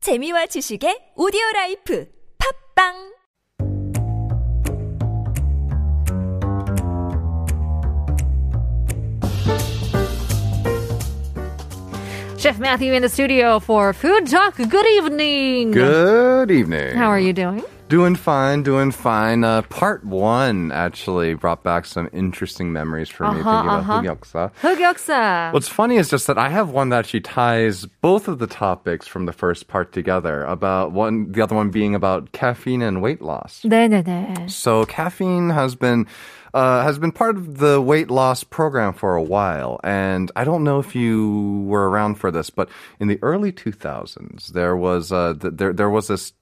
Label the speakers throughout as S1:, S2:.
S1: 재미와 지식의 오디오 라이프 팝빵
S2: Chef Matthew in the studio for Food Talk. Good evening.
S3: Good evening.
S2: How are you doing?
S3: Doing fine, doing fine. Uh, part one actually brought back some interesting memories for me thinking about
S2: uh-huh.
S3: Hyun-Yuksa.
S2: 흑역사.
S3: What's funny is just that I have one that actually ties both of the topics from the first part together. About one, the other one being about caffeine and weight loss.
S2: 네네네.
S3: So caffeine has been uh, has been part of the weight loss program for a while, and I don't know if you were around for this, but in the early 2000s, there was uh, th- there there was this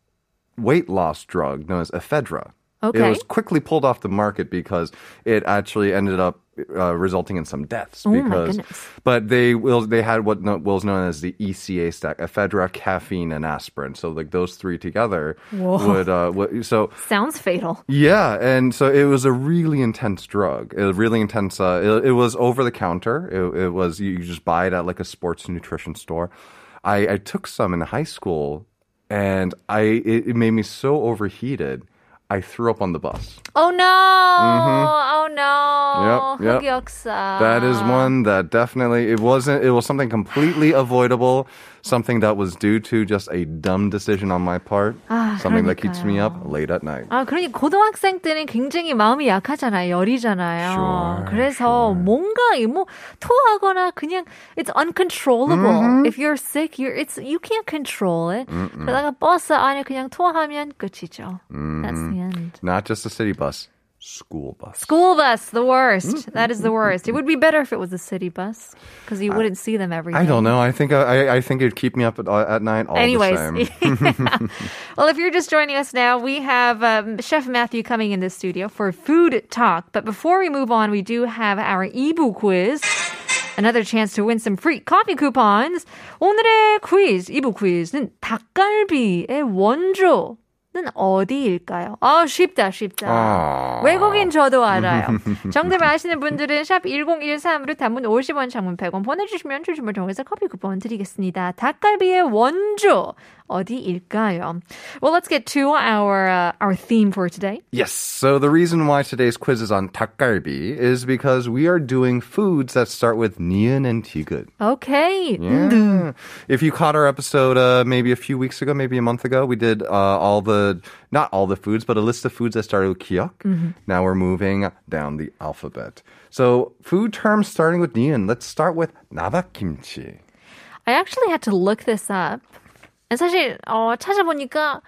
S3: weight loss drug known as ephedra.
S2: Okay.
S3: It was quickly pulled off the market because it actually ended up uh, resulting in some deaths.
S2: Oh my
S3: because,
S2: goodness.
S3: But they will they had what no, was known as the ECA stack: ephedra, caffeine, and aspirin. So like those three together would uh, would- so
S2: Sounds fatal.
S3: yeah, and so it was a really intense drug. It was really intense. Uh, it, it was over the counter. It, it was you you just buy it at like a sports nutrition store. I, I took some in high school, and I it, it made me so overheated. I threw up on the bus.
S2: Oh no. Oh no.
S3: Mm-hmm. Yep, yep.
S2: 흑역사.
S3: That is one that definitely it wasn't. It was something completely avoidable. Something that was due to just a dumb decision on my part.
S2: Ah,
S3: something that keeps me up late at night.
S2: 아, 그러니 고등학생 때는 굉장히 마음이 약하잖아요. 열이잖아요.
S3: Sure,
S2: 그래서 뭔가 이뭐 토하거나 그냥 it's uncontrollable.
S3: Mm-hmm.
S2: If you're sick, you're it's you can't control it. 그러다가 버스 안에 그냥 토하면 끝이죠. That's
S3: Mm-hmm.
S2: the end.
S3: Not just a city bus, school bus.
S2: School bus, the worst.
S3: Mm-hmm.
S2: That is the worst. It would be better if it was a city bus because you wouldn't see them every day.
S3: I don't know. I think I, I, I think it'd keep me up at, uh, at night all
S2: Anyways,
S3: the time.
S2: well, if you're just joining us now, we have um, Chef Matthew coming in the studio for food talk. But before we move on, we do have our ebook quiz. Another chance to win some free coffee coupons. 오늘의 quiz, 이부 quizz는 닭갈비의 원조는 어디일까요? 아, 쉽다, 쉽다.
S3: Aw.
S2: 외국인 저도 알아요. 정답 아시는 분들은 샵 1013으로 단문 50원, 장문 100원 보내주시면 추첨을 통해서 커피 쿠폰 드리겠습니다. 닭갈비의 원조 어디일까요? Well, let's get to our uh, our theme for today.
S3: Yes. So the reason why today's quiz is on takgalbi is because we are doing foods that start with nian and tigut.
S2: Okay.
S3: Yeah. If you caught our episode uh, maybe a few weeks ago, maybe a month ago, we did uh, all the not all the foods, but a list of foods that started with kiok. Now we're moving down the alphabet. So food terms starting with nian. Let's start with nabak kimchi.
S2: I actually had to look this up. 사실 어, 찾아보니까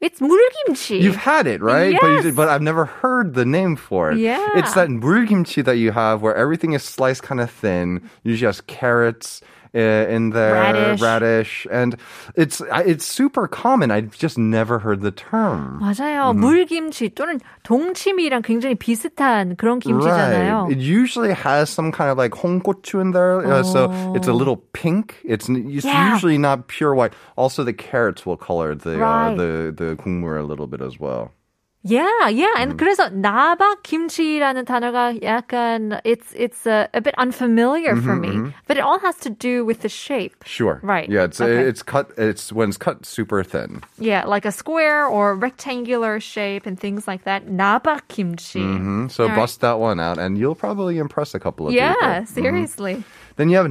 S2: it's 물김치.
S3: You've had it, right? But, you
S2: Yes.
S3: did, but I've never heard the name for it.
S2: Yeah.
S3: It's that burgimchi that you have where everything is sliced kind of thin. Usually has carrots uh, in there,
S2: Radish.
S3: radish, and it's I- it's super common. I've just never heard the term.
S2: 맞아요. 물김치 또는 동치미랑 굉장히 비슷한 그런 김치잖아요.
S3: Right. It usually has some kind of like hongochu in there, uh, so it's a little pink. It's, n- it's
S2: Oh. Yeah.
S3: usually not pure white. Also, the carrots will color the
S2: Right.
S3: uh, the the kumur a little bit as well.
S2: Yeah, yeah.
S3: Hmm.
S2: And 그래서 나박 김치라는 단어가 약간 it's it's a, a bit unfamiliar
S3: Mm-hmm,
S2: for me. But it all has to do with the shape.
S3: Sure.
S2: Right.
S3: Yeah. It's
S2: Okay.
S3: it's cut. It's when it's cut super thin.
S2: Yeah, like a square or rectangular shape and things like that. 나박 김치.
S3: Mm, So
S2: All right.
S3: bust that one out, and you'll probably impress a couple of
S2: Yeah,
S3: people.
S2: seriously.
S3: Then you have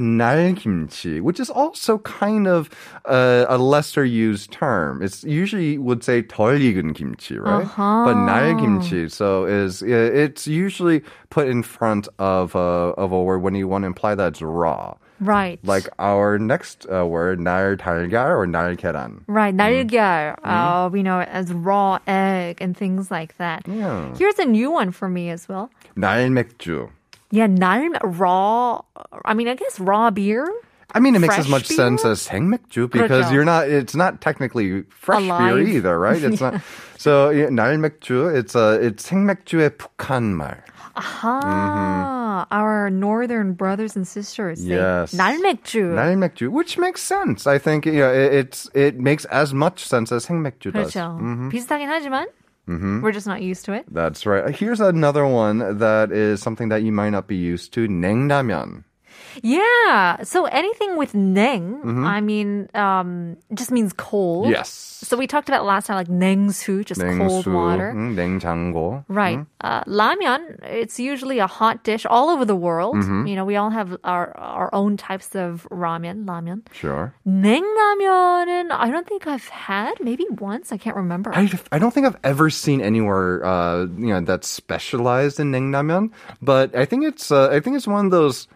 S3: 날김치, which is also kind of uh, a lesser used term. It's usually would say 덜 익은 kimchi, right?
S2: Uh-huh.
S3: But 날김치, so is it's usually put in front of a, of a word when you want to imply that it's raw.
S2: Right.
S3: Like our next uh, word, 날 달걀 or 날 계란.
S2: Right,
S3: mm-hmm.
S2: 날걀, uh, we know it as raw egg and things like that.
S3: Yeah.
S2: Here's a new one for me as well.
S3: 날 맥주.
S2: Yeah, 날 raw. I mean, I guess raw beer.
S3: I mean, it makes as
S2: Fresh
S3: much sense
S2: beer?
S3: as 생맥주 because
S2: Krucho.
S3: you're not. It's not technically fresh beer
S2: Alive.
S3: either, right? It's not. So yeah, 날맥주, it's a it's 생맥주의 북한 말.
S2: Ah, our northern brothers and sisters. say
S3: Yes.
S2: 날맥주.
S3: 날맥주, which makes sense. I think you know, it, it's it makes as much sense as 생맥주 does.
S2: 그렇죠. 비슷하긴 하지만 we're just not used to it.
S3: That's right. Here's another one that is something that you might not be used to. 냉라면.
S2: Yeah. So anything with 냉, I mean, um, just means cold.
S3: Yes.
S2: So we talked about last time, like 냉수, just cold
S3: 냉수,
S2: water.
S3: 음, 냉장고.
S2: Right. Uh, ramyeon, it's usually a hot dish all over the world. You know, we all have our our own types of ramen, ramen.
S3: Sure.
S2: 냉라면은 I don't think I've had, maybe once, I can't remember.
S3: I, I don't think I've ever seen anywhere uh, you know that's specialized in naengnamen, but I think it's uh, I think it's one of those.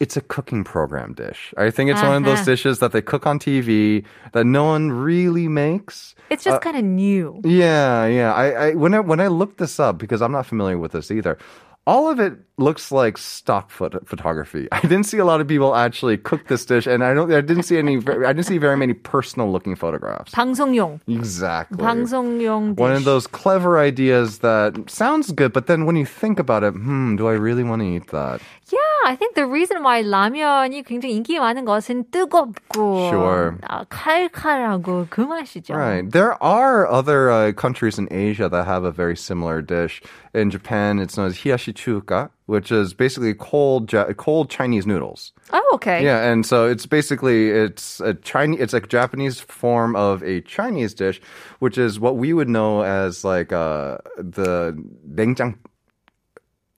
S3: It's a cooking program dish. I think it's one of those
S2: Uh-huh.
S3: dishes that they cook on TV that no one really makes.
S2: it's just kind of new.
S3: Yeah, yeah. I, I when I when I looked this up because I'm not familiar with this either. All of it looks like stock phot- photography. I didn't see a lot of people actually cook this dish, and I don't. I didn't see any. I didn't see very many personal looking photographs.
S2: 방송용.
S3: Exactly.
S2: 방송용
S3: One of
S2: dish.
S3: those clever ideas that sounds good, but then when you think about it, hmm, do I really want to eat that?
S2: Yeah, I think the reason why 라면이 굉장히 인기 많은 것은 뜨겁고
S3: Sure.
S2: 아, 칼칼하고 그 맛이죠.
S3: Right. There are other uh, countries in Asia that have a very similar dish. In Japan, it's known as hiyashi chuka, which is basically cold ja- cold Chinese noodles.
S2: Oh, okay.
S3: Yeah, and so it's basically it's a Chinese it's a Japanese form of a Chinese dish, which is what we would know as like uh, the 냉장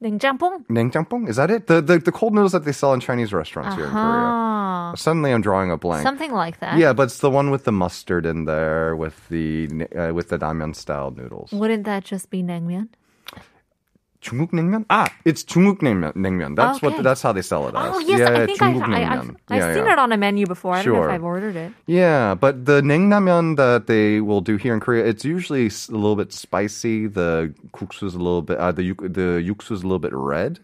S2: 냉짬뽕?
S3: 냉장pyeong. Is that it? The, the the cold noodles that they sell in Chinese restaurants here in Korea.
S2: Ah,
S3: Suddenly, I'm drawing a blank.
S2: something like that.
S3: yeah, but it's the one with the mustard in there, with the uh, with the ramen style noodles.
S2: Wouldn't that just be 냉면?
S3: 중국 냉면? Ah, it's 중국 냉면. 냉면. That's
S2: Okay.
S3: what. That's how they sell it. As.
S2: Oh yes,
S3: yeah,
S2: I
S3: yeah,
S2: think I've,
S3: 중국
S2: I, I've,
S3: 냉면.
S2: I've
S3: yeah,
S2: seen
S3: yeah.
S2: it on a menu before. I don't know
S3: Sure.
S2: if I've ordered it.
S3: Yeah, but the naengnamen that they will do here in Korea, it's usually s- a little bit spicy. The kuksu is a little bit. Uh, the yuk- the yuksu is a little bit red.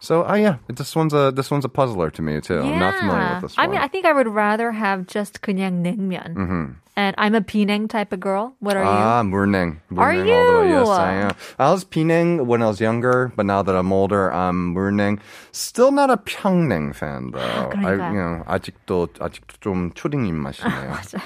S3: So, ah, yeah, this one's a this one's a puzzler to me too. Oh, I'm not familiar with this
S2: I
S3: one. Mm-hmm.
S2: mean, I think I would rather have just 그냥 냉면. And I'm a Penang type of girl. What are you?
S3: Ah, Murnang.
S2: Are
S3: Murnang all the way. Yes,
S2: you?
S3: I am. I was Penang when I was younger, but now that I'm older, I'm Murnang. Still not a Pyongyang fan though.
S2: Ah,
S3: I,
S2: 그러니까요.
S3: you know, 아직도 아직도 좀 초딩 입맛이네요.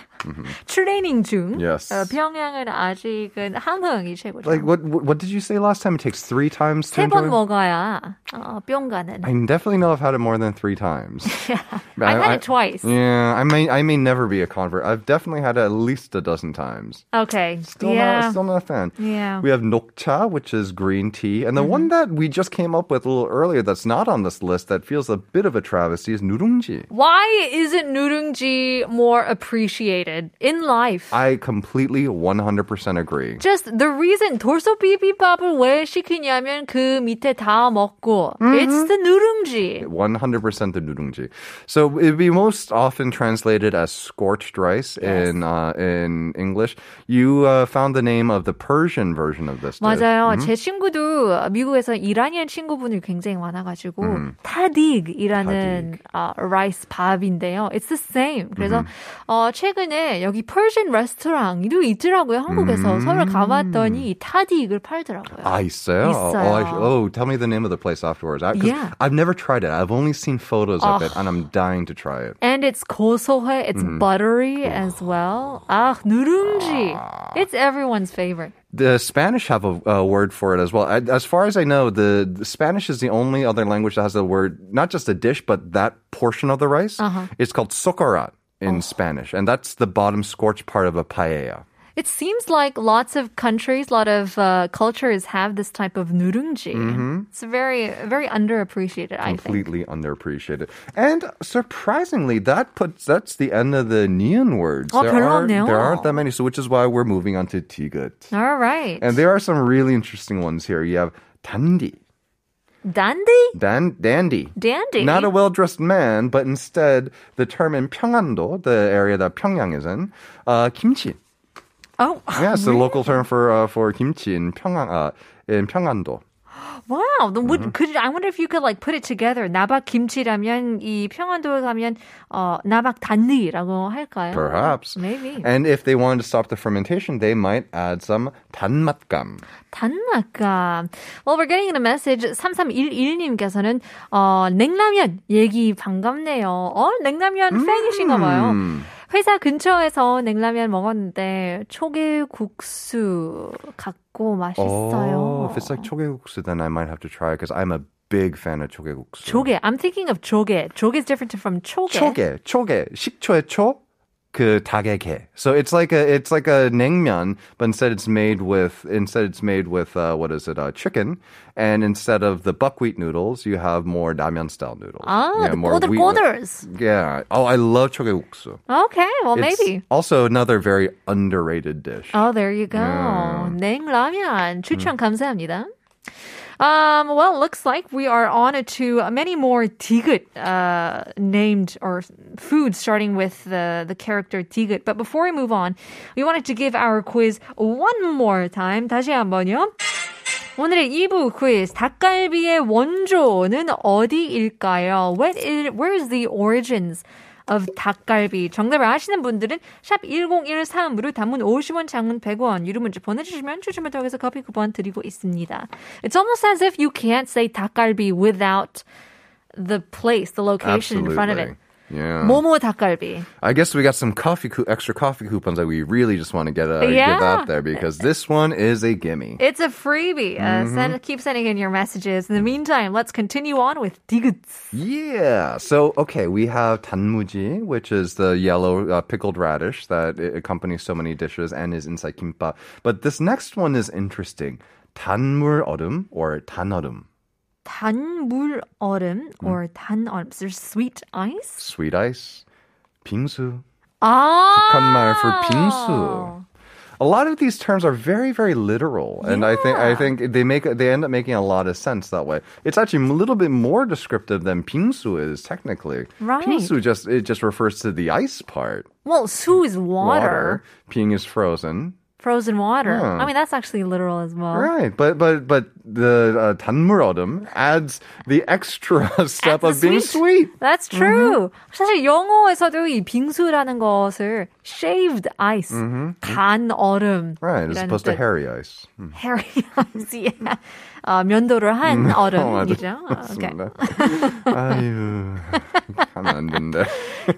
S2: 트레이닝 중.
S3: Yes.
S2: 어, 평양은 아직은 한국이 최고죠.
S3: like what what did you say last time? It takes three times to
S2: 세번
S3: enjoy.
S2: 먹어야 어, 뿅 가는.
S3: I definitely know I've had it more than three times. yeah,
S2: I've had it twice.
S3: Yeah, I may I may never be a convert. I've definitely had it at least a dozen times.
S2: Okay.
S3: Still
S2: yeah.
S3: not, still not a fan.
S2: Yeah. Mm-hmm.
S3: We have nokcha, which is green tea, and the one that we just came up with a little earlier that's not on this list that feels a bit of a travesty is nurungji.
S2: Why isn't Nurungji more appreciated in life?
S3: I completely 100% agree.
S2: Just the reason 돌솥 비빔밥을 왜 시키냐면 그 밑에 다 먹고 it's the 누룽지.
S3: 100% the nurungji. So it'd be most often translated as scorched rice in uh, in English. You uh, found the name of the Persian version of this. dish.
S2: 맞아요. 제 친구도 미국에서 이라니안 친구분이 굉장히 많아가지고 타딕이라는 아, 라이스 밥인데요. It's the same. 그래서 어, 최근에 여기 퍼진 레스토랑도 있더라고요. 한국에서 서울 가봤더니 타딕을 팔더라고요.
S3: Ah, 있어요? Oh, Oh, I-
S2: 있어요.
S3: oh, tell me the name of the place afterwards. I, 'cause
S2: Yeah.
S3: I've never tried it. I've only seen photos of it, and I'm dying to try it.
S2: And it's 고소해. It's buttery as well. 아, 누룽지. It's everyone's favorite.
S3: The Spanish have a, a word for it as well. I, as far as I know, the, the Spanish is the only other language that has the word, not just a dish, but that portion of the rice.
S2: Uh-huh.
S3: It's called socorrat in
S2: Oh.
S3: Spanish, and that's the bottom scorched part of a paella.
S2: It seems like lots of countries, lot of uh, cultures have this type of nurungji. It's very, very underappreciated, I think.
S3: Mm-hmm. Completely underappreciated, and surprisingly, that puts that's the end of the neon words.
S2: Oh,
S3: there, are,
S2: 그러네요.
S3: there aren't that many, so which is why we're moving on to tigut.
S2: All right.
S3: And there are some really interesting ones here. You have Dandy.
S2: Dandy?
S3: Dan, dandy.
S2: Dandy?
S3: Not a well dressed man, but instead the term in Pyongan-do, the area that Pyongyang is in, uh, kimchi.
S2: Oh,
S3: Yeah, it's the local term for uh, for kimchi in Pyongan, uh, in Pyongan-do.
S2: wow. Then
S3: Mm-hmm.
S2: Would, could, I wonder if you could like put it together. 나박 김치라면 이 평안도에 가면 어, 나박 단디라고 할까요?
S3: Perhaps.
S2: Maybe.
S3: And if they wanted to stop the fermentation, they might add some 단맛감.
S2: 단맛감. Well, we're getting a message. 3311님께서는, 어, 냉라면 얘기 반갑네요. 어, 냉라면
S3: 음.
S2: 팬이신가 봐요. 회사 근처에서 냉라면 먹었는데 초계국수 갖고 맛있어요.
S3: 어, Oh, if it's like 초계국수, then I might have to try because I'm a big fan of 초계국수.
S2: 조개. I'm thinking of 조개. 조개 is different from choge.
S3: 초계, 초계, 식초의 초, 그 닭의 게. So it's like a it's like a 냉면, but instead it's made with instead it's made with uh, what is it? Uh, chicken, and instead of the buckwheat noodles, you have more ramyeon style noodles.
S2: Ah,
S3: Yeah,
S2: the
S3: more
S2: 꼬들
S3: wheat-
S2: 꼬ders.
S3: Yeah. Oh, I love 초계국수.
S2: Okay, well maybe.
S3: also another very underrated dish.
S2: Oh, there you go. 냉라면 추천 감사합니다. Um, well, looks like we are on to many more Tigut uh, named or foods starting with the, the character Tigut. But before we move on, we wanted to give our quiz one more time. 다시 한번요. 오늘의 2부 quiz. 닭갈비의 원조는 어디일까요? What is, where is the origins of 닭갈비? 정답을 아시는 분들은 샵 1013으로 단문 50원, 장문 100원 유료 문자 보내주시면 추첨을 통해서 커피 쿠폰 드리고 있습니다. It's almost as if you can't say 닭갈비 without the place, the location in front of it.
S3: Absolutely. Yeah.
S2: 모모 닭갈비.
S3: I guess we got some coffee cou- extra coffee coupons that we really just want to get, uh,
S2: Yeah.
S3: give out there because this one is a gimme.
S2: It's a freebie. Uh, send, keep sending in your messages. In the meantime, let's continue on with 디귿.
S3: Yeah. So okay, we have 단무지, which is the yellow uh, pickled radish that i- accompanies so many dishes and is inside kimbap. But this next one is interesting. 단물 얼음 or 단얼음.
S2: 단물 얼음 or 단 얼음. There's sweet ice.
S3: Sweet ice. 빙수.
S2: Ah,
S3: 북한말 for 빙수. A lot of these terms are very, very literal, and I think I think they make they end up making a lot of sense that way. It's actually a little bit more descriptive than pingsu is technically.
S2: Right.
S3: Pingsu just it just refers to the ice part.
S2: Well, su is water,
S3: Ping is frozen.
S2: frozen water.
S3: Hmm.
S2: I mean, that's actually literal as well.
S3: Right, but but but the uh, 단물어둠 adds the extra step
S2: Adds
S3: of
S2: the
S3: being
S2: sweet.
S3: sweet.
S2: That's
S3: Mm-hmm.
S2: true. 사실 영어에서도 이 빙수라는 것을 shaved ice, 간 얼음.
S3: Mm-hmm. Right, as opposed to hairy ice. Hmm,
S2: hairy ice. Yeah. 어, 면도를 한 얼음이죠. 아, Okay.
S3: 아유, 가면 안 된다.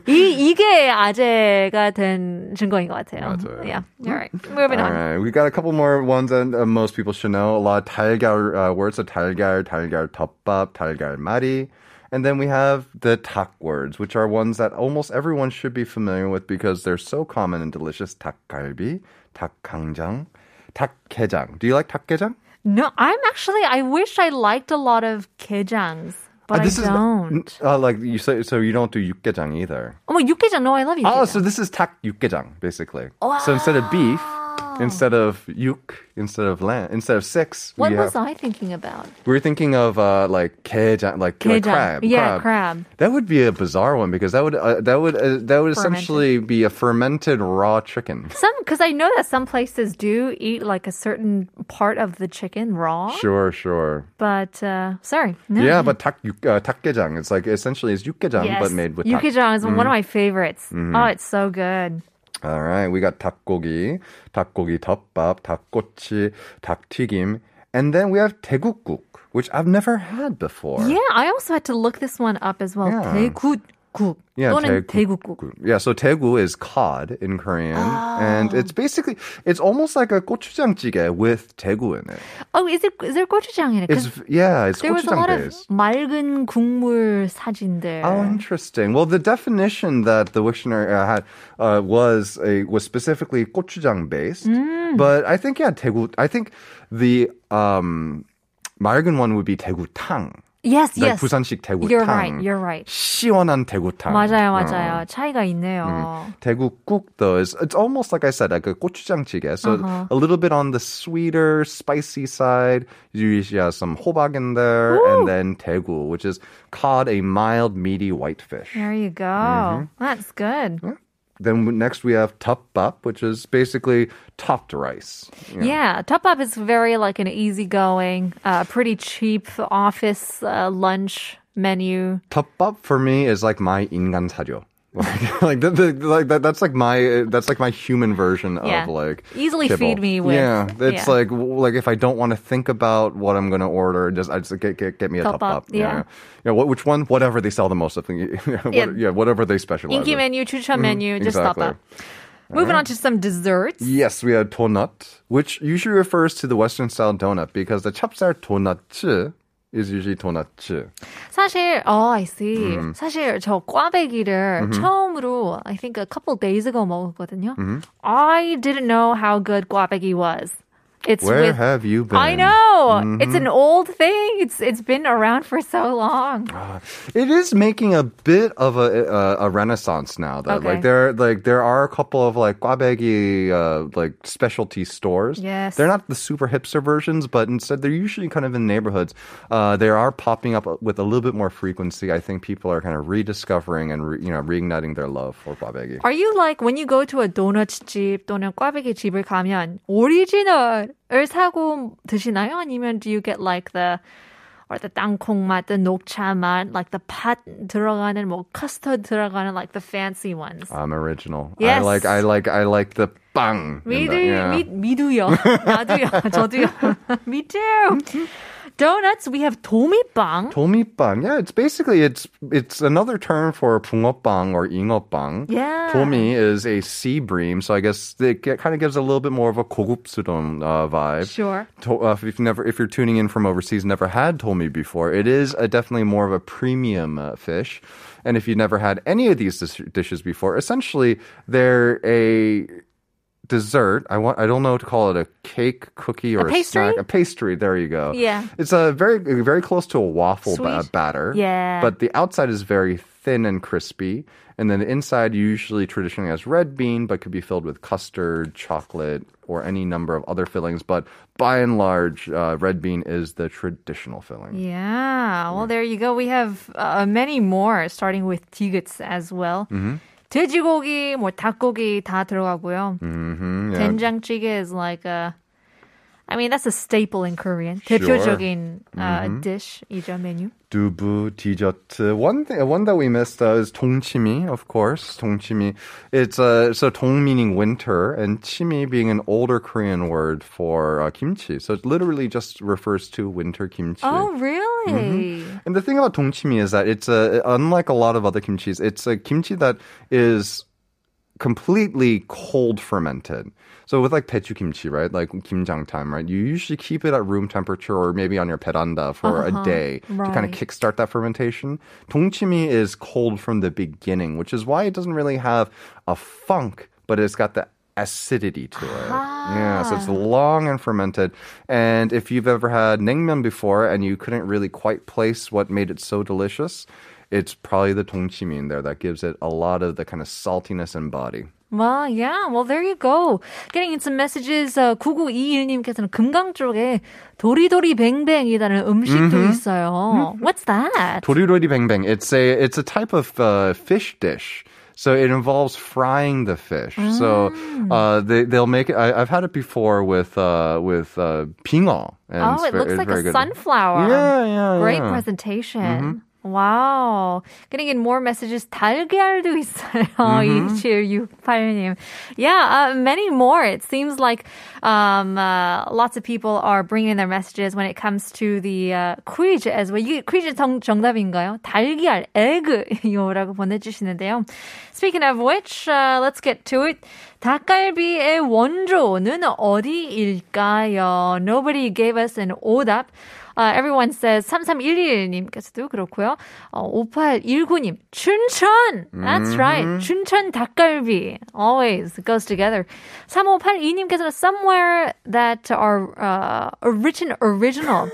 S2: 이 이게 아재가 된 증거인 것 같아요.
S3: 맞아요.
S2: Yeah. All right. Moving
S3: All
S2: on.
S3: right, we got a couple more ones that uh, most people should know. A lot of 달걀 uh, words, so 달걀, 달걀 덮밥, 달걀 mari. And then we have the tak words, which are ones that almost everyone should be familiar with because they're so common and delicious. 닭갈비, 닭강정, 닭게장. Do you like 닭게장?
S2: No, I'm actually. I wish I liked a lot of kejangs, but
S3: Uh, this
S2: I don't.
S3: is uh, like you say. So you don't do 육개장 either.
S2: Oh, well, 육개장. No, I love
S3: Oh,
S2: 육개장.
S3: so this is tak yukgejang, basically. So instead of beef, instead of yuk, instead of lamb, instead of six,
S2: what
S3: we
S2: was
S3: have,
S2: I thinking about?
S3: we're thinking of uh, like kejang, like,
S2: Kejang.
S3: like crab.
S2: Yeah, crab.
S3: That would be a bizarre one because that would uh, that would uh, that would
S2: Fermented.
S3: essentially be a fermented raw chicken.
S2: Some because I know that some places do eat like a certain part of the chicken raw,
S3: Sure, sure.
S2: but uh, sorry, no.
S3: Yeah, but tak yuk, uh, takgejang, it's like essentially it's yukgejang
S2: Yes.
S3: but made with Mm-hmm. tak.
S2: Yukijang is one of my favorites. Oh, it's so good.
S3: All right, we got 닭고기, 닭고기 덮밥, 닭꼬치, 닭튀김, and then we have 대국국, which I've never had before.
S2: Yeah, I also had to look this one up as well.
S3: Yeah.
S2: 대구국
S3: Yeah,
S2: 또는
S3: 대국-
S2: 대구국.
S3: Yeah, so daegu is cod in Korean,
S2: Ah.
S3: and it's basically it's almost like a gochujang jjigae with daegu in it.
S2: Oh, is it is there gochujang in it? 'Cause
S3: It's yeah, it's
S2: There was a lot of
S3: gochujang based.
S2: 맑은 국물 사진들.
S3: Oh, interesting. Well, the definition that the Wiktionary uh, had uh, was a was specifically gochujang based,
S2: Mm.
S3: but I think yeah, daegu. I think the um, 맑은 one would be daegutang.
S2: yes, yes.
S3: Like 부산식 대구탕.
S2: You're right. You're right.
S3: 시원한 대구탕.
S2: 맞아요,
S3: 어.
S2: 맞아요. 차이가 있네요.
S3: 대구국 though is it's almost like I said like a gochujang jjigae, so
S2: Uh-huh.
S3: a little bit on the sweeter, spicy side. You usually have some hobak in there, and then daegu, which is cod, a mild, meaty white fish.
S2: There you go. That's good.
S3: Then next we have tteokbap, which is basically topped rice.
S2: Yeah, Top Up is very like an easygoing, uh, pretty cheap office uh, lunch menu.
S3: Tteokbap for me is like my ingan sajo. Like, like, the, the, like that, that's like my that's like my human version
S2: Yeah.
S3: of like
S2: Easily feed me with-
S3: yeah it's
S2: yeah.
S3: like like if I don't want to think about what I'm gonna order just I just get get, get me a
S2: Top
S3: top,
S2: up,
S3: up
S2: yeah.
S3: yeah yeah what, which one whatever they sell the most of yeah, what,
S2: Yeah.
S3: yeah. whatever they specialize
S2: Inky
S3: in.
S2: menu, chucha menu, just
S3: exactly.
S2: Top Up. Moving on to some desserts.
S3: Yes, we have donut, which usually refers to the Western style donut because the chapsar donut is usually 도넛츠.
S2: 사실, oh, I see. 사실 저 꽈배기를 처음으로 I think a couple days ago 먹었거든요. I didn't know how good 꽈배기 was. It's
S3: Where
S2: with
S3: have you been?
S2: I know. It's an old thing. It's it's been around for so long.
S3: It is making a bit of a a, a renaissance now, though.
S2: Okay.
S3: Like there, like there are a couple of like guabegi uh, like specialty stores.
S2: Yes.
S3: they're not the super hipster versions, but instead they're usually kind of in neighborhoods. Uh, they are popping up with a little bit more frequency. I think people are kind of rediscovering and re, you know reigniting their love for guabegi.
S2: Are you like when you go to a donut 집 또는 꽈배기 집을 가면 오리지널을 사고 드시나요? 아니면 do you get like the or the 땅콩 맛, the 녹차 맛, like the 팥 들어가는 뭐 custard 들어가는 like the fancy ones?
S3: I'm original.
S2: Yes.
S3: I like I like I like the bang. in
S2: 미드
S3: the- yeah.
S2: 미 미두요. 나도요. 저도요. Me too. Donuts. We have 도미빵.
S3: 도미빵. Yeah, it's basically it's it's another term for 붕어빵 or 잉어빵.
S2: Yeah.
S3: Domi is a sea bream, so I guess it kind of gives a little bit more of a 고급스러운 uh, vibe.
S2: Sure.
S3: To, uh, if you've never, if you're tuning in from overseas, never had Tomi before, it is a, definitely more of a premium uh, fish. And if you've never had any of these dis- dishes before, essentially they're a dessert. I want, I don't know what to call it, a cake, cookie, or a,
S2: pastry?
S3: snack, a pastry. There you go.
S2: Yeah.
S3: it's a very, very close to a waffle ba-
S2: Sweet.
S3: batter.
S2: Yeah.
S3: but the outside is very thin and crispy, and then the inside usually traditionally has red bean, but could be filled with custard, chocolate, or any number of other fillings. But by and large, uh, red bean is the traditional filling.
S2: Yeah.
S3: Mm-hmm.
S2: Well, there you go. We have uh, many more, starting with tiggets as well. 돼지고기, 뭐 닭고기 다 들어가고요.
S3: Mm-hmm, yeah.
S2: 된장찌개 is like a, I mean that's a staple in Korean.
S3: Sure. Mm-hmm.
S2: 대표적인 uh, dish이죠 메뉴.
S3: Dubu 디저트. One thing, one that we missed uh, is 동치미, of course. 동치미. It's uh, so 동 meaning winter, and chimi being an older Korean word for uh, kimchi. So it literally just refers to winter kimchi.
S2: Oh, really?
S3: And the thing about 동치미 is that it's a unlike a lot of other kimchi's, it's a kimchi that is completely cold fermented. So with like pechu kimchi, right? Like kimjangtam, right? You usually keep it at room temperature or maybe on your veranda for a day to kind
S2: Right.
S3: of kickstart that fermentation. Dongchimi is cold from the beginning, which is why it doesn't really have a funk, but it's got the acidity to it. Yeah, so it's long and fermented. And if you've ever had naengmyeon before and you couldn't really quite place what made it so delicious, it's probably the dongchimi in there that gives it a lot of the kind of saltiness and body.
S2: Well, yeah. Well, there you go. Getting in some messages. Uh, 9921님께서는 금강 쪽에 도리도리뱅뱅이라는 음식도 있어요. What's that?
S3: Dorirori bengbeng. It's a it's a type of uh, fish dish. So it involves frying the fish. So
S2: Mm.
S3: uh, they they'll make it. I, I've had it before with uh, with uh, pingao. And
S2: Oh,
S3: it's
S2: it
S3: ver-
S2: looks
S3: it's
S2: like
S3: very
S2: a
S3: good.
S2: sunflower.
S3: Yeah, yeah,
S2: Great
S3: yeah. Mm-hmm.
S2: presentation. Wow. Getting in more messages. 달걀도 있어요.
S3: Mm-hmm.
S2: 2768님. Yeah, uh, many more. It seems like um, uh, lots of people are bringing their messages when it comes to the uh, quiz as well. 이게 퀴즈 정, 정답인가요? 달걀, 에그요라고 보내주시는데요. Speaking of which, uh, let's get to it. 닭갈비의 원조는 어디일까요? Nobody gave us an 오답. Uh, everyone says 3311님께서도 그렇고요. 어, 5819님, 춘천! That's
S3: 음.
S2: right. 춘천 닭갈비. Always goes together. 3582님께서는 somewhere that are uh, origin, original.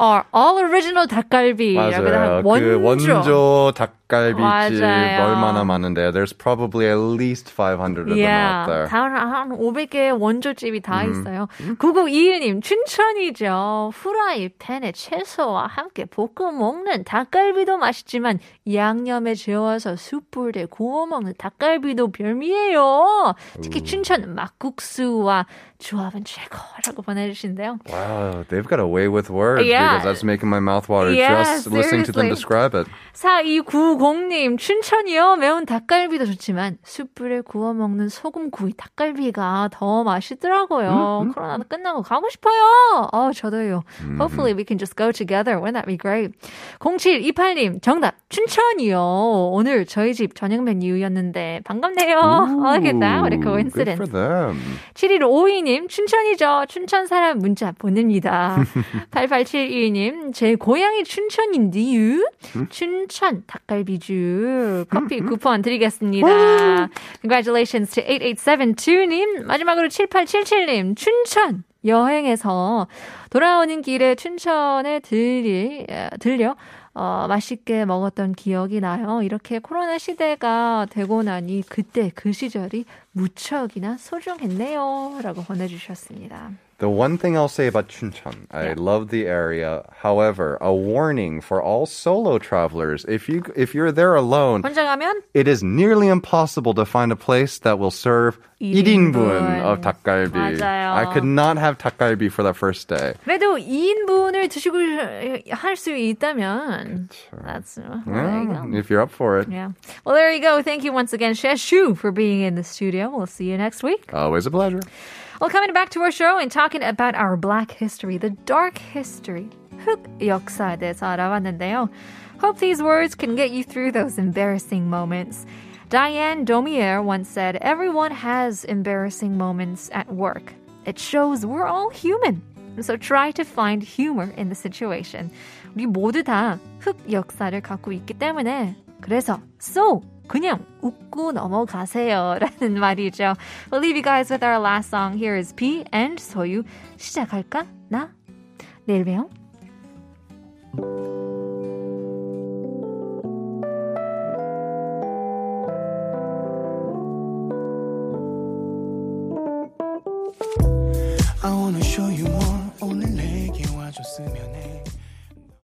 S2: are all original 닭갈비라고
S3: 맞아요.
S2: 하고
S3: 그 원조 닭갈비집
S2: 맞아요.
S3: 얼마나 많은데 there's probably at least 500 of them out there.
S2: 다한 500개의 원조집이 다 있어요. 9921님, 춘천이죠. 후라이팬에 채소와 함께 볶아 먹는 닭갈비도 맛있지만 양념에 재워서 숯불에 구워 먹는 닭갈비도 별미예요. 특히 춘천 막국수와 조합은 최고라고 보내주신데요.
S3: Wow, they've got away with words
S2: Yeah.
S3: because that's making my mouth water
S2: Yeah,
S3: just listening to them
S2: seriously.
S3: describe it.
S2: 4295 5550님, 춘천이요. 매운 닭갈비도 좋지만 숯불에 구워 먹는 소금구이 닭갈비가 더 맛있더라고요.
S3: 음,
S2: 코로나도 끝나고 가고 싶어요. 어, 저도요. Hopefully we can just go together. Wouldn't that be great? 0728님, 정답. 춘천이요. 오늘 저희 집 저녁 메뉴였는데 반갑네요. Oh, Look at that. What a
S3: Ooh,
S2: coincidence.
S3: Good for them.
S2: 7152님, 춘천이죠. 춘천 사람 문자 보냅니다. 8872님, 제 고향이 춘천인데요. 춘천 닭갈비주 커피 쿠폰 드리겠습니다. Congratulations to 8872님. 마지막으로 7877님, 춘천 여행에서 돌아오는 길에 춘천에 들리, 에, 들려 어, 맛있게 먹었던 기억이 나요. 이렇게 코로나 시대가 되고 나니 그때 그 시절이 무척이나 소중했네요. 라고 보내주셨습니다.
S3: The one thing I'll say about Chuncheon, I love the area. However, a warning for all solo travelers: if you if you're there alone,
S2: 혼자 가면
S3: it is nearly impossible to find a place that will serve
S2: 1인분.
S3: 1인분 of 닭갈비.
S2: 맞아요.
S3: I could not have 닭갈bi for the first day.
S2: 그래도 2인분을 드시고 할 수 있다면 That's there you go.
S3: Mm, if you're up for it,
S2: Yeah. Well, there you go. Thank you once again, Sheshu, for being in the studio. We'll see you next week.
S3: always a pleasure.
S2: Well, coming back to our show and talking about our black history, the dark history, 흑 역사에 대해서 알아봤는데요. Hope these words can get you through those embarrassing moments. Diane Domier once said, Everyone has embarrassing moments at work. It shows we're all human. So try to find humor in the situation. 우리 모두 다 흑 역사를 갖고 있기 때문에 그래서 so 그냥 웃고 넘어가세요라는 말이죠. We'll leave you guys with our last song. Here is B and 소유 시작할까 나 내일 봬요.
S4: I wanna show you more 오늘 내게 와줬으면 해